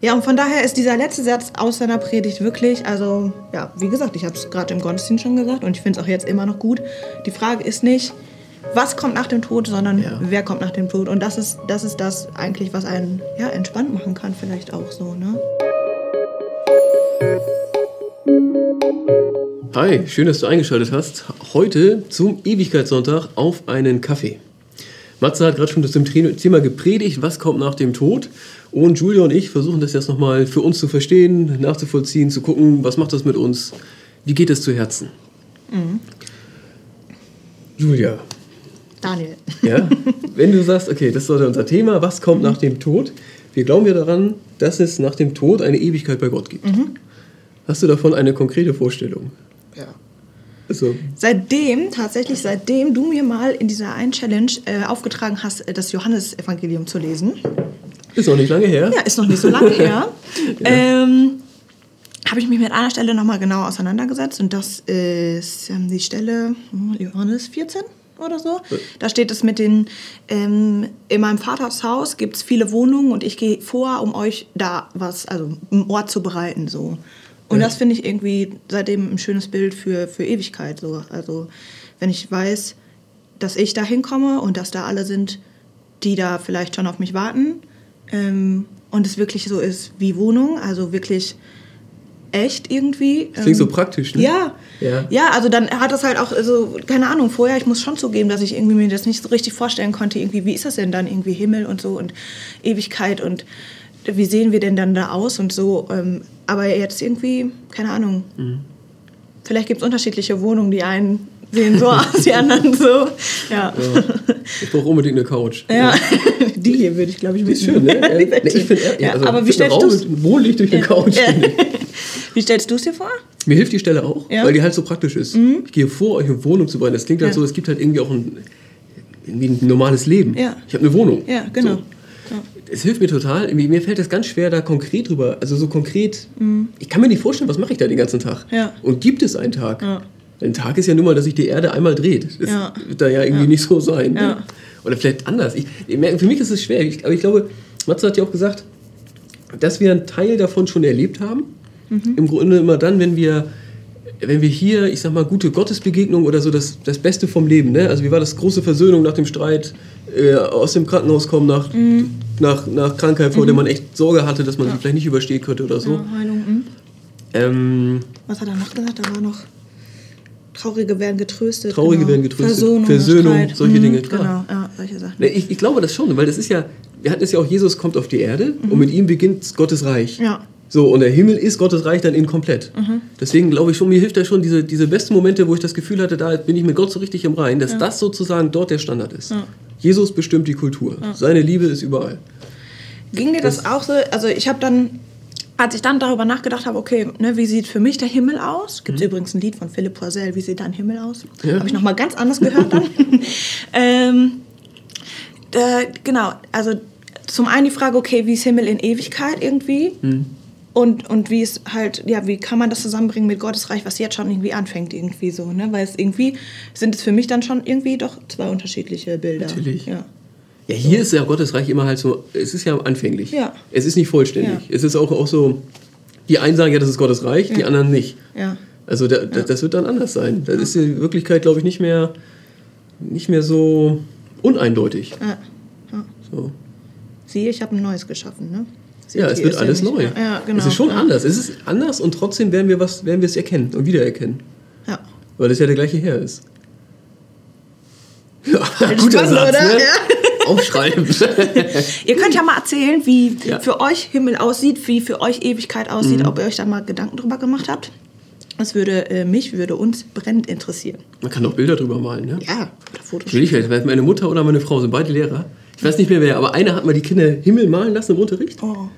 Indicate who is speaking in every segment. Speaker 1: Ja, und von daher ist dieser letzte Satz aus seiner Predigt wirklich, also ja, wie gesagt, ich habe es gerade im Gottesdienst schon gesagt und ich finde es auch jetzt immer noch gut. Die Frage ist nicht, was kommt nach dem Tod, sondern
Speaker 2: Ja.
Speaker 1: wer kommt nach dem Tod. Und das ist, das ist das eigentlich, was einen ja, entspannt machen kann, vielleicht auch so. Ne?
Speaker 2: Hi, schön, dass du eingeschaltet hast. Heute zum Ewigkeitssonntag auf einen Kaffee. Matze hat gerade schon das Thema gepredigt, was kommt nach dem Tod. Und Julia und ich versuchen das jetzt nochmal für uns zu verstehen, nachzuvollziehen, zu gucken, was macht das mit uns, wie geht es zu Herzen. Julia,
Speaker 1: Daniel.
Speaker 2: ja, wenn du sagst, okay, das ist heute unser Thema, was kommt nach dem Tod? Wir glauben ja daran, dass es nach dem Tod eine Ewigkeit bei Gott gibt. Hast du davon eine konkrete Vorstellung?
Speaker 1: Ja.
Speaker 2: Also,
Speaker 1: Seitdem, tatsächlich seitdem du mir mal in dieser einen Challenge äh, aufgetragen hast, äh, das Johannesevangelium zu lesen,
Speaker 2: Ist auch nicht lange her.
Speaker 1: ja, ist noch nicht so lange her, ähm, habe ich mich mit einer Stelle nochmal genau auseinandergesetzt und das ist ähm, die Stelle hm, Johannes 14 oder so. Da steht es mit den, ähm, in meinem Vaters Haus gibt es viele Wohnungen und ich gehe vor, um euch da was, also einen Ort zu bereiten so. Und das finde ich irgendwie seitdem ein schönes Bild für, für Ewigkeit. So. Also wenn ich weiß, dass ich da hinkomme und dass da alle sind, die da vielleicht schon auf mich warten. Ähm, und es wirklich so ist wie Wohnung, also wirklich echt irgendwie. ähm,
Speaker 2: Das klingt so praktisch, ne?
Speaker 1: Ja.
Speaker 2: Ja.
Speaker 1: ja. also dann hat das halt auch, also, keine Ahnung, vorher, ich muss schon zugeben, dass ich irgendwie mir das nicht so richtig vorstellen konnte, irgendwie, wie ist das denn dann, irgendwie Himmel und so und Ewigkeit und wie sehen wir denn dann da aus und so. Ähm, aber jetzt irgendwie, keine Ahnung,
Speaker 2: Mhm.
Speaker 1: vielleicht gibt es unterschiedliche Wohnungen, die einen sehen so aus, die anderen so. Ja.
Speaker 2: Ich brauche unbedingt eine Couch.
Speaker 1: Ja. Die hier würde ich, glaube ich,
Speaker 2: Die ist schön, ne? Ja.
Speaker 1: Äh, Die wird
Speaker 2: Nee, ich
Speaker 1: schön.
Speaker 2: finde, ja,
Speaker 1: Ja,
Speaker 2: also
Speaker 1: aber wie
Speaker 2: find einen
Speaker 1: stellst
Speaker 2: Raum
Speaker 1: du's-
Speaker 2: mit Wohnlicht durch eine Couch. finde ich.
Speaker 1: Wie stellst du es dir vor?
Speaker 2: Mir hilft die Stelle auch,
Speaker 1: Ja. Mhm.
Speaker 2: weil die halt so praktisch ist. Ich gehe vor, euch eine Wohnung zu bauen. Das klingt halt
Speaker 1: Ja.
Speaker 2: so, es gibt halt irgendwie auch ein, irgendwie ein normales Leben.
Speaker 1: Ja.
Speaker 2: Ich habe eine Wohnung.
Speaker 1: Ja, genau.
Speaker 2: So. Es hilft mir total. Irgendwie- Mir fällt das ganz schwer, da konkret drüber. Also so konkret. Ich kann mir nicht vorstellen, was mache ich da den ganzen Tag.
Speaker 1: Mhm. Ja.
Speaker 2: Und gibt es einen Tag?
Speaker 1: Ja.
Speaker 2: Ein Tag ist ja nun mal, dass sich die Erde einmal dreht. Das
Speaker 1: Ja.
Speaker 2: wird da ja irgendwie nicht so sein. ne?
Speaker 1: Ja.
Speaker 2: Oder vielleicht anders. Ich, ich merke, für mich ist es schwer. Ich, aber ich glaube, Matze hat ja auch gesagt, dass wir einen Teil davon schon erlebt haben. Im Grunde immer dann, wenn wir, wenn wir hier, ich sag mal, gute Gottesbegegnung oder so das, das Beste vom Leben, ne? also wie war das große Versöhnung nach dem Streit, äh, aus dem Krankenhaus kommen nach, nach, nach Krankheit, vor der man echt Sorge hatte, dass man sie vielleicht nicht überstehen könnte oder so.
Speaker 1: Ja, Heilung. hm.
Speaker 2: Ähm,
Speaker 1: Was hat er noch gesagt? Da war noch. Traurige werden getröstet. genau.
Speaker 2: Traurige werden getröstet,
Speaker 1: Versöhnung,
Speaker 2: Versöhnung,
Speaker 1: Streit.
Speaker 2: solche
Speaker 1: Hm,
Speaker 2: Dinge,
Speaker 1: Genau,
Speaker 2: klar.
Speaker 1: ja, solche Sachen.
Speaker 2: ne, ich, ich glaube das schon, weil das ist ja, wir hatten es ja auch, Jesus kommt auf die Erde und mit ihm beginnt Gottes Reich.
Speaker 1: Mhm. Ja. Mhm.
Speaker 2: So, und der Himmel ist Gottes Reich dann in komplett. Deswegen glaube ich schon, mir hilft da schon diese, diese besten Momente, wo ich das Gefühl hatte, da bin ich mit Gott so richtig im Reinen, dass das sozusagen dort der Standard ist. Jesus bestimmt die Kultur. Seine Liebe ist überall.
Speaker 1: Ging dir das, auch so? Also ich habe dann, als ich dann darüber nachgedacht habe, okay, ne, wie sieht für mich der Himmel aus? Gibt übrigens ein Lied von Philipp Poisel, wie sieht dein Himmel aus?
Speaker 2: Mhm. Ja.
Speaker 1: Habe ich nochmal ganz anders gehört dann. ähm, da, genau, also zum einen die Frage, okay, wie ist Himmel in Ewigkeit irgendwie?
Speaker 2: Mhm.
Speaker 1: Und, und wie es halt, ja, wie kann man das zusammenbringen mit Gottes Reich, was jetzt schon irgendwie anfängt, irgendwie so, ne? Weil es irgendwie sind es für mich dann schon irgendwie doch zwei unterschiedliche Bilder.
Speaker 2: Natürlich.
Speaker 1: Ja.
Speaker 2: Ja, hier ist ja Gottes Reich immer halt so, es ist ja anfänglich.
Speaker 1: Ja.
Speaker 2: Es ist nicht vollständig.
Speaker 1: Ja.
Speaker 2: Es ist auch, auch so, die einen sagen ja, das ist Gottes Reich, die anderen nicht.
Speaker 1: ja.
Speaker 2: Also da, da, das wird dann anders sein. Da ist die Wirklichkeit, glaube ich, nicht mehr, nicht mehr so uneindeutig.
Speaker 1: ja.
Speaker 2: So.
Speaker 1: Siehe, ich habe ein neues geschaffen, ne? Seht
Speaker 2: Ja, es
Speaker 1: ihr,
Speaker 2: wird
Speaker 1: ist
Speaker 2: alles
Speaker 1: nicht-
Speaker 2: neu.
Speaker 1: Ja, ja, genau.
Speaker 2: Es ist schon
Speaker 1: ja.
Speaker 2: anders. Es ist anders und trotzdem werden wir, was, werden wir es erkennen und wiedererkennen.
Speaker 1: Ja.
Speaker 2: Weil das ja der gleiche Herr ist. Ja, guter
Speaker 1: spannend,
Speaker 2: Satz,
Speaker 1: oder?
Speaker 2: ne? Aufschreiben.
Speaker 1: Ihr könnt ja mal erzählen, wie
Speaker 2: Äh, Ja. Mhm.
Speaker 1: für euch Himmel aussieht, wie für euch Ewigkeit aussieht, ob ihr euch da mal Gedanken drüber gemacht habt. Das würde äh, mich, würde uns brennend interessieren.
Speaker 2: Man kann auch Bilder drüber malen, ne?
Speaker 1: Ja, oder Fotos.
Speaker 2: Will ich halt, weil meine Mutter oder meine Frau sind beide Lehrer. Ich weiß nicht mehr wer, aber einer hat mal die Kinder Himmel malen lassen im Unterricht.
Speaker 1: Oh.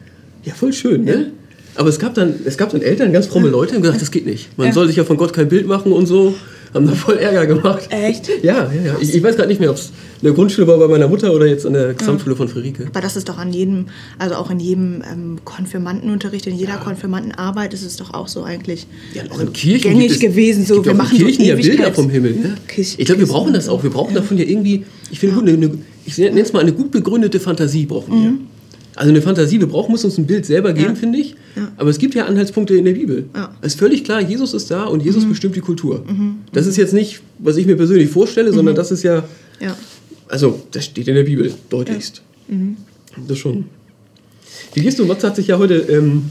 Speaker 2: Ja, voll schön, ne? Aber es gab, dann, es gab dann Eltern, ganz fromme Leute, die haben gesagt, das geht nicht. Man soll sich ja von Gott kein Bild machen und so. Haben da voll Ärger gemacht.
Speaker 1: Echt?
Speaker 2: Ja, ja, ja. Ich, ich weiß gerade nicht mehr, ob es in der Grundschule war bei meiner Mutter oder jetzt an der Gesamtschule von Friederike.
Speaker 1: Aber das ist doch an jedem, also auch in jedem ähm, Konfirmandenunterricht, in jeder Konfirmandenarbeit ist es doch auch so eigentlich. ähm,
Speaker 2: Ja, und auch in Also Kirchen
Speaker 1: gängig
Speaker 2: gibt es,
Speaker 1: gewesen, so,
Speaker 2: es gibt
Speaker 1: wir
Speaker 2: auch in
Speaker 1: machen so
Speaker 2: Kirchen ja Bilder
Speaker 1: Ewigkeits-
Speaker 2: vom Himmel. Ne?
Speaker 1: Kirchen-
Speaker 2: Ich glaube, wir
Speaker 1: Kirchen
Speaker 2: brauchen
Speaker 1: und
Speaker 2: das
Speaker 1: so. Mhm.
Speaker 2: auch. Wir brauchen davon ja irgendwie, ich finde, gut, eine, eine, ich nenne es mal eine gut begründete Fantasie brauchen wir. Also eine Fantasie, wir brauchen, müssen uns ein Bild selber geben, finde ich. Aber es gibt ja Anhaltspunkte in der Bibel.
Speaker 1: Ja. Mhm.
Speaker 2: Es ist völlig klar, Jesus ist da und Jesus bestimmt die Kultur. Das ist jetzt nicht, was ich mir persönlich vorstelle, sondern das ist ja,
Speaker 1: Mhm. Ja.
Speaker 2: also das steht in der Bibel deutlichst.
Speaker 1: Mhm.
Speaker 2: Das schon. Wie gehst du? Matze hat sich ja heute, ähm,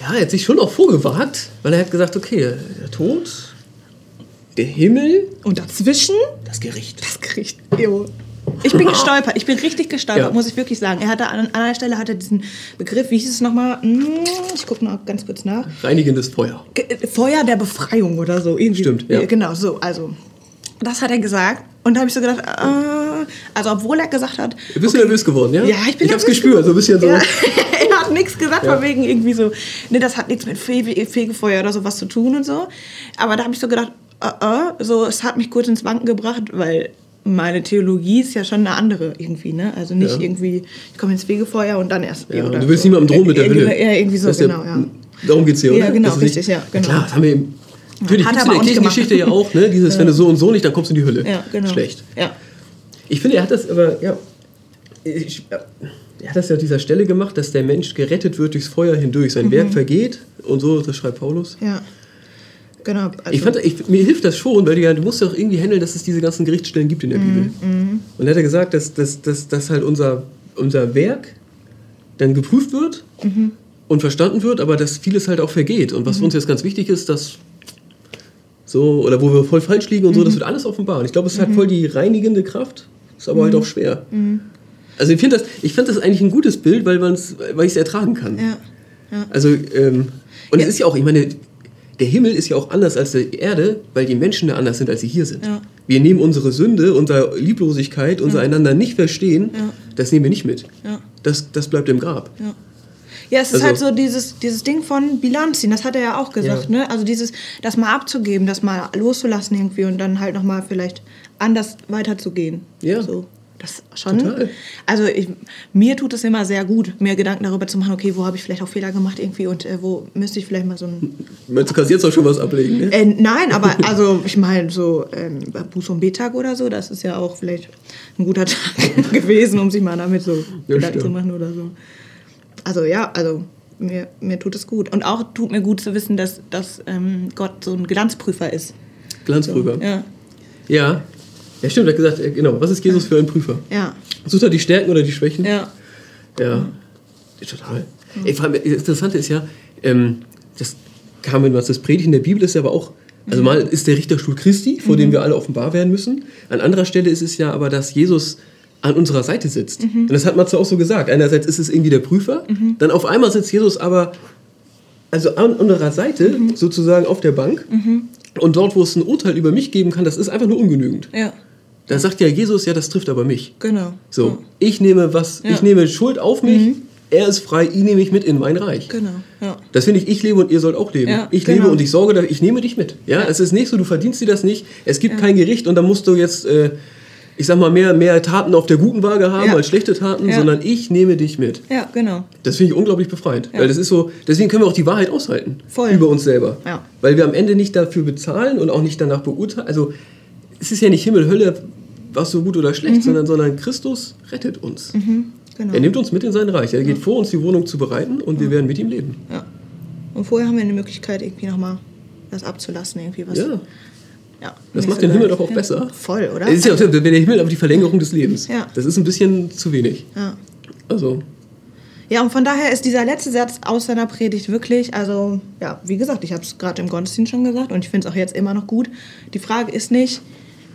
Speaker 2: ja, er hat sich schon auch vorgewagt, weil er hat gesagt, okay, der Tod, der Himmel,
Speaker 1: Und dazwischen
Speaker 2: das Gericht.
Speaker 1: das Gericht. Jo. Ich bin gestolpert. Ich bin richtig gestolpert,
Speaker 2: Ja.
Speaker 1: muss ich wirklich sagen. Er hatte an an einer Stelle hatte diesen Begriff, wie hieß es nochmal? Hm, Ich gucke mal ganz kurz nach.
Speaker 2: Reinigendes Feuer.
Speaker 1: Ge- äh, Feuer der Befreiung oder so. Irgendwie.
Speaker 2: Stimmt, ja.
Speaker 1: Genau, so. Also, das hat er gesagt. Und da habe ich so gedacht, äh, also obwohl er gesagt hat,
Speaker 2: Du bist nervös geworden, ja?
Speaker 1: Ja, ich bin
Speaker 2: Ich
Speaker 1: nervös
Speaker 2: hab's gespürt, so ein bisschen so.
Speaker 1: ja, er hat nichts gesagt,
Speaker 2: Ja.
Speaker 1: von wegen irgendwie so, ne, das hat nichts mit Fe Fegefeuer oder sowas zu tun und so. Aber da habe ich so gedacht, äh, äh, so, es hat mich kurz ins Wanken gebracht, weil meine Theologie ist ja schon eine andere irgendwie, ne? Also nicht
Speaker 2: Ja.
Speaker 1: irgendwie, ich komme ins Fegefeuer und dann erst.
Speaker 2: Ja,
Speaker 1: oder
Speaker 2: und du willst
Speaker 1: so.
Speaker 2: niemandem drohen mit der
Speaker 1: Ja,
Speaker 2: Hölle.
Speaker 1: Ja, irgendwie so,
Speaker 2: Das ist
Speaker 1: genau, ja.
Speaker 2: Darum geht's hier,
Speaker 1: Ja,
Speaker 2: oder?
Speaker 1: genau,
Speaker 2: Das ist nicht-
Speaker 1: richtig, ja, genau.
Speaker 2: Klar, das haben wir eben. Natürlich
Speaker 1: Hat er
Speaker 2: gibt es in
Speaker 1: aber
Speaker 2: der
Speaker 1: auch nicht
Speaker 2: Kirchengeschichte ja
Speaker 1: gemacht.
Speaker 2: auch, ne? Dieses, wenn du so und so nicht, dann kommst du in die Hölle.
Speaker 1: Ja, genau.
Speaker 2: Schlecht.
Speaker 1: Ja.
Speaker 2: Ich finde, er hat das aber, ja. Ich, er hat das ja an dieser Stelle gemacht, dass der Mensch gerettet wird durchs Feuer hindurch. Sein Werk vergeht und so, das schreibt Paulus.
Speaker 1: Ja. Genau.
Speaker 2: Ich fand, ich, mir hilft das schon, weil du, ja, du musst doch irgendwie handeln, dass es diese ganzen Gerichtsstellen gibt in der Bibel. Und er hat ja gesagt, dass, dass, dass, dass halt unser, unser Werk dann geprüft wird und verstanden wird, aber dass vieles halt auch vergeht. Und was für uns jetzt ganz wichtig ist, dass so, oder wo wir voll falsch liegen und so, das wird alles offenbar. Und ich glaube, es hat voll die reinigende Kraft, ist aber halt auch schwer. Also ich finde das, ich find das eigentlich ein gutes Bild, weil, man's- weil ich es ertragen kann.
Speaker 1: ja. ja.
Speaker 2: Also, ähm, und es ist ja auch, ich meine, der Himmel ist ja auch anders als die Erde, weil die Menschen da anders sind, als sie hier sind.
Speaker 1: Ja.
Speaker 2: Wir nehmen unsere Sünde, unsere Lieblosigkeit, unser einander nicht verstehen,
Speaker 1: Ja.
Speaker 2: das nehmen wir nicht mit.
Speaker 1: Ja.
Speaker 2: Das, das bleibt im Grab.
Speaker 1: Ja. Ja, es ist
Speaker 2: Also-
Speaker 1: halt so dieses, dieses Ding von Bilanz ziehen, das hat er ja auch gesagt,
Speaker 2: Ja.
Speaker 1: ne? Also dieses, das mal abzugeben, das mal loszulassen irgendwie und dann halt nochmal vielleicht anders weiterzugehen.
Speaker 2: Ja.
Speaker 1: So. Das schon.
Speaker 2: Total.
Speaker 1: Also ich, mir tut es immer sehr gut, mir Gedanken darüber zu machen, okay, wo habe ich vielleicht auch Fehler gemacht irgendwie und äh, wo müsste ich vielleicht mal so ein
Speaker 2: Meinst du kannst jetzt auch schon was ablegen, ne?
Speaker 1: äh, nein, aber also ich meine, so ähm, Buß- und Betag oder so, das ist ja auch vielleicht ein guter Tag gewesen, um sich mal damit so
Speaker 2: Ja,
Speaker 1: Gedanken zu
Speaker 2: stimmt.
Speaker 1: machen oder so. Also ja, also mir, mir tut es gut. Und auch tut mir gut zu wissen, dass, dass ähm, Gott so ein Glanzprüfer ist.
Speaker 2: Glanzprüfer. ja.
Speaker 1: Ja,
Speaker 2: ja. stimmt, er hat gesagt, äh, genau, was ist Jesus für ein Prüfer?
Speaker 1: ja,
Speaker 2: Sucht er die Stärken oder die Schwächen?
Speaker 1: ja.
Speaker 2: Ja, total. Ey, vor allem, das Interessante ist ja, ähm, das kam, wenn man das predigt in der Bibel, ist ja aber auch, also mal ist der Richterstuhl Christi, vor dem wir alle offenbar werden müssen. An anderer Stelle ist es ja aber, dass Jesus an unserer Seite sitzt. Und das hat man zwar auch so gesagt. Einerseits ist es irgendwie der Prüfer, dann auf einmal sitzt Jesus aber also an unserer Seite, sozusagen auf der Bank. Und dort, wo es ein Urteil über mich geben kann, das ist einfach nur ungenügend.
Speaker 1: Ja,
Speaker 2: Da sagt ja Jesus, ja, das trifft aber mich.
Speaker 1: genau.
Speaker 2: So, ich nehme was,
Speaker 1: Ja.
Speaker 2: ich nehme Schuld auf mich, er ist frei, ihn nehme ich mit in mein Reich.
Speaker 1: Ja, genau, ja.
Speaker 2: Das finde ich, ich lebe und ihr sollt auch leben.
Speaker 1: Ja,
Speaker 2: ich
Speaker 1: genau.
Speaker 2: lebe und ich sorge dafür, ich nehme dich mit. Ja, es ist nicht so, du verdienst dir das nicht, es gibt kein Gericht und dann musst du jetzt, äh, ich sag mal, mehr, mehr Taten auf der guten Waage haben
Speaker 1: Ja.
Speaker 2: als schlechte Taten,
Speaker 1: Ja.
Speaker 2: sondern ich nehme dich mit.
Speaker 1: Ja, genau.
Speaker 2: Das finde ich unglaublich befreiend.
Speaker 1: Ja.
Speaker 2: Weil das ist so, deswegen können wir auch die Wahrheit aushalten.
Speaker 1: Voll.
Speaker 2: Über uns selber.
Speaker 1: Ja.
Speaker 2: Weil wir am Ende nicht dafür bezahlen und auch nicht danach beurteilen. Also es ist ja nicht Himmel, Hölle, was so gut oder
Speaker 1: Mhm.
Speaker 2: schlecht, sondern, sondern Christus rettet uns.
Speaker 1: Hm, genau.
Speaker 2: Er nimmt uns mit in sein Reich. Er geht vor, uns die Wohnung zu bereiten und wir werden mit ihm leben.
Speaker 1: Ja. Und vorher haben wir eine Möglichkeit, irgendwie nochmal das abzulassen, irgendwie was.
Speaker 2: Ja.
Speaker 1: Ja,
Speaker 2: Das
Speaker 1: nicht
Speaker 2: macht
Speaker 1: so
Speaker 2: den Himmel
Speaker 1: geil.
Speaker 2: doch auch
Speaker 1: Ja.
Speaker 2: besser.
Speaker 1: Voll, oder?
Speaker 2: Es ist ja auch, der Himmel aber die Verlängerung des Lebens.
Speaker 1: Ja.
Speaker 2: Das ist ein bisschen zu wenig.
Speaker 1: ja.
Speaker 2: Also,
Speaker 1: Ja, und von daher ist dieser letzte Satz aus seiner Predigt wirklich, also ja, wie gesagt, ich habe es gerade im Gottesdienst schon gesagt und ich finde es auch jetzt immer noch gut. Die Frage ist nicht,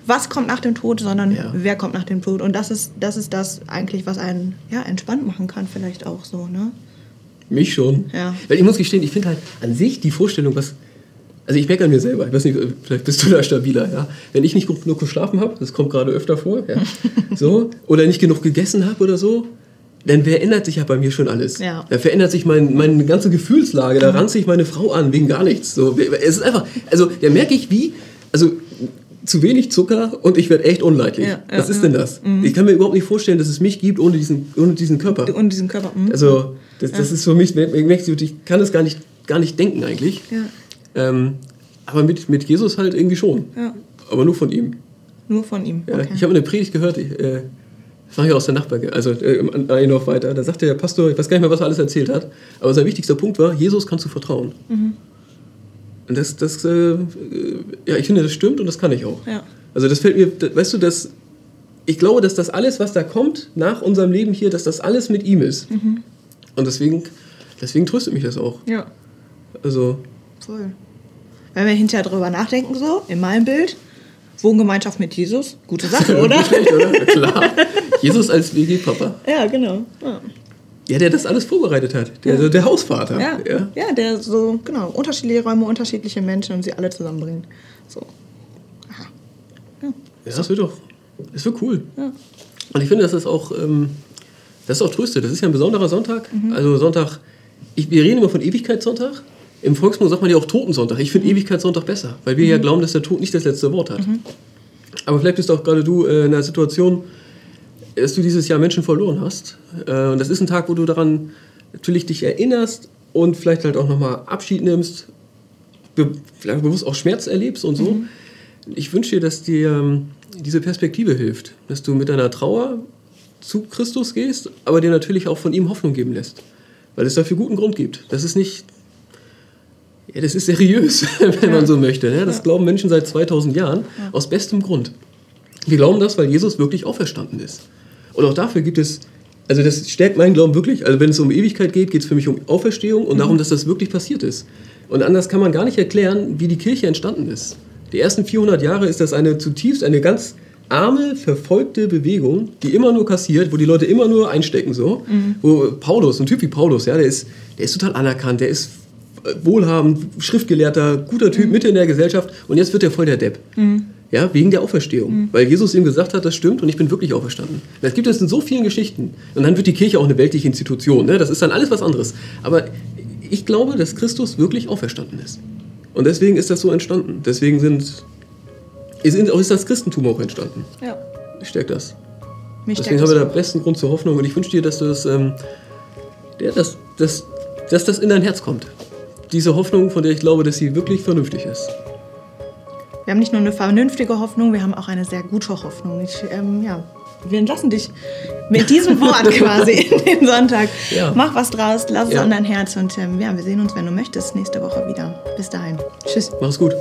Speaker 1: was kommt nach dem Tod, sondern
Speaker 2: Ja.
Speaker 1: wer kommt nach dem Tod. Und das ist das, ist das eigentlich, was einen ja, entspannt machen kann, vielleicht auch so, ne?
Speaker 2: Mich schon.
Speaker 1: Ja.
Speaker 2: Weil ich muss gestehen, ich finde halt an sich die Vorstellung, was. Also ich merke an mir selber, ich weiß nicht, vielleicht bist du da stabiler, ja. Wenn ich nicht gut genug geschlafen habe, das kommt gerade öfter vor, ja. so, oder nicht genug gegessen habe oder so, dann verändert sich ja bei mir schon alles.
Speaker 1: Ja.
Speaker 2: Da verändert sich mein, meine ganze Gefühlslage, da ranze ich meine Frau an wegen gar nichts. So, es ist einfach, also da merke ich wie, also zu wenig Zucker und ich werde echt unleidlich.
Speaker 1: Ja, ja,
Speaker 2: Was ist
Speaker 1: ja. Mhm.
Speaker 2: denn das? Ich kann mir überhaupt nicht vorstellen, dass es mich gibt ohne diesen, ohne diesen Körper.
Speaker 1: Und diesen Körper. hm? Mh.
Speaker 2: Also, das, das ist für mich, ich kann das gar nicht, gar nicht denken eigentlich.
Speaker 1: ja,
Speaker 2: Ähm, aber mit, mit Jesus halt irgendwie schon.
Speaker 1: ja,
Speaker 2: Aber nur von ihm.
Speaker 1: nur von ihm.
Speaker 2: Ja,
Speaker 1: Okay.
Speaker 2: Ich habe eine Predigt gehört, ich, äh, Das war hier aus der Nachbarn, also äh, ein Dorf weiter. Da sagte der Pastor, ich weiß gar nicht mehr, was er alles erzählt hat, aber sein wichtigster Punkt war, Jesus kannst du vertrauen.
Speaker 1: Mhm.
Speaker 2: Und das, das äh, ja, ich finde, das stimmt und das kann ich auch.
Speaker 1: Ja.
Speaker 2: Also das fällt mir, das, weißt du, das, ich glaube, dass das alles, was da kommt nach unserem Leben hier, dass das alles mit ihm ist.
Speaker 1: Mhm.
Speaker 2: Und deswegen, deswegen tröstet mich das auch.
Speaker 1: Ja,
Speaker 2: Also,
Speaker 1: voll. Wenn wir hinterher drüber nachdenken, so, in meinem Bild, Wohngemeinschaft mit Jesus, gute Sache, oder?
Speaker 2: schlecht, oder? Na Klar. Jesus als WG-Papa.
Speaker 1: ja, genau. Ja.
Speaker 2: Ja, der das alles vorbereitet hat. Der, also der Hausvater.
Speaker 1: Ja. Ja. der so, genau, unterschiedliche Räume, unterschiedliche Menschen und sie alle zusammenbringen. So. Aha. Ja.
Speaker 2: Ja, das wird doch. Es wird cool.
Speaker 1: Ja.
Speaker 2: Und ich finde, das ist auch, ähm, das ist auch Tröste. Das ist ja ein besonderer Sonntag. Also Sonntag, ich, wir reden immer von Ewigkeitssonntag. Im Volksmund sagt man ja auch Totensonntag. Ich finde Ewigkeitssonntag besser, weil wir ja glauben, dass der Tod nicht das letzte Wort hat. Aber vielleicht bist auch gerade du äh, in einer Situation, dass du dieses Jahr Menschen verloren hast. Äh, und das ist ein Tag, wo du daran natürlich dich erinnerst und vielleicht halt auch nochmal Abschied nimmst, be vielleicht bewusst auch Schmerz erlebst und so. Ich wünsche dir, dass dir ähm, diese Perspektive hilft, dass du mit deiner Trauer zu Christus gehst, aber dir natürlich auch von ihm Hoffnung geben lässt, weil es dafür guten Grund gibt. Das ist nicht, ja, das ist seriös, wenn man so möchte. Ne? Das glauben Menschen seit 2000 Jahren aus bestem Grund. Wir glauben das, weil Jesus wirklich auferstanden ist. Und auch dafür gibt es, also das stärkt meinen Glauben wirklich. Also wenn es um Ewigkeit geht, geht es für mich um Auferstehung und darum, dass das wirklich passiert ist. Und anders kann man gar nicht erklären, wie die Kirche entstanden ist. Die ersten 400 Jahre ist das eine zutiefst eine ganz arme, verfolgte Bewegung, die immer nur kassiert, wo die Leute immer nur einstecken so. Wo Paulus, ein Typ wie Paulus, ja, der ist, der ist total anerkannt, der ist äh, wohlhabend, schriftgelehrter, guter Typ, Mitte in der Gesellschaft und jetzt wird er voll der Depp. Ja, wegen der Auferstehung. Weil Jesus ihm gesagt hat, das stimmt und ich bin wirklich auferstanden. Das gibt es in so vielen Geschichten. Und dann wird die Kirche auch eine weltliche Institution. Ne? Das ist dann alles was anderes. Aber ich glaube, dass Christus wirklich auferstanden ist. Und deswegen ist das so entstanden. Deswegen sind, ist, ist das Christentum auch entstanden.
Speaker 1: ja.
Speaker 2: Ich stärke das.
Speaker 1: Mich
Speaker 2: Deswegen
Speaker 1: steckt
Speaker 2: haben wir
Speaker 1: das
Speaker 2: da
Speaker 1: auch.
Speaker 2: besten Grund zur Hoffnung und ich wünsche dir, dass du das, ähm, ja, dass, dass, dass das in dein Herz kommt. Diese Hoffnung, von der ich glaube, dass sie wirklich vernünftig ist.
Speaker 1: Wir haben nicht nur eine vernünftige Hoffnung, wir haben auch eine sehr gute Hoffnung. Ich, ähm, ja, wir entlassen dich mit diesem Wort quasi in den Sonntag.
Speaker 2: Ja.
Speaker 1: Mach was draus, lass
Speaker 2: Ja.
Speaker 1: es an dein Herz und ähm, ja, wir sehen uns, wenn du möchtest, nächste Woche wieder. Bis dahin. Tschüss.
Speaker 2: Mach's gut.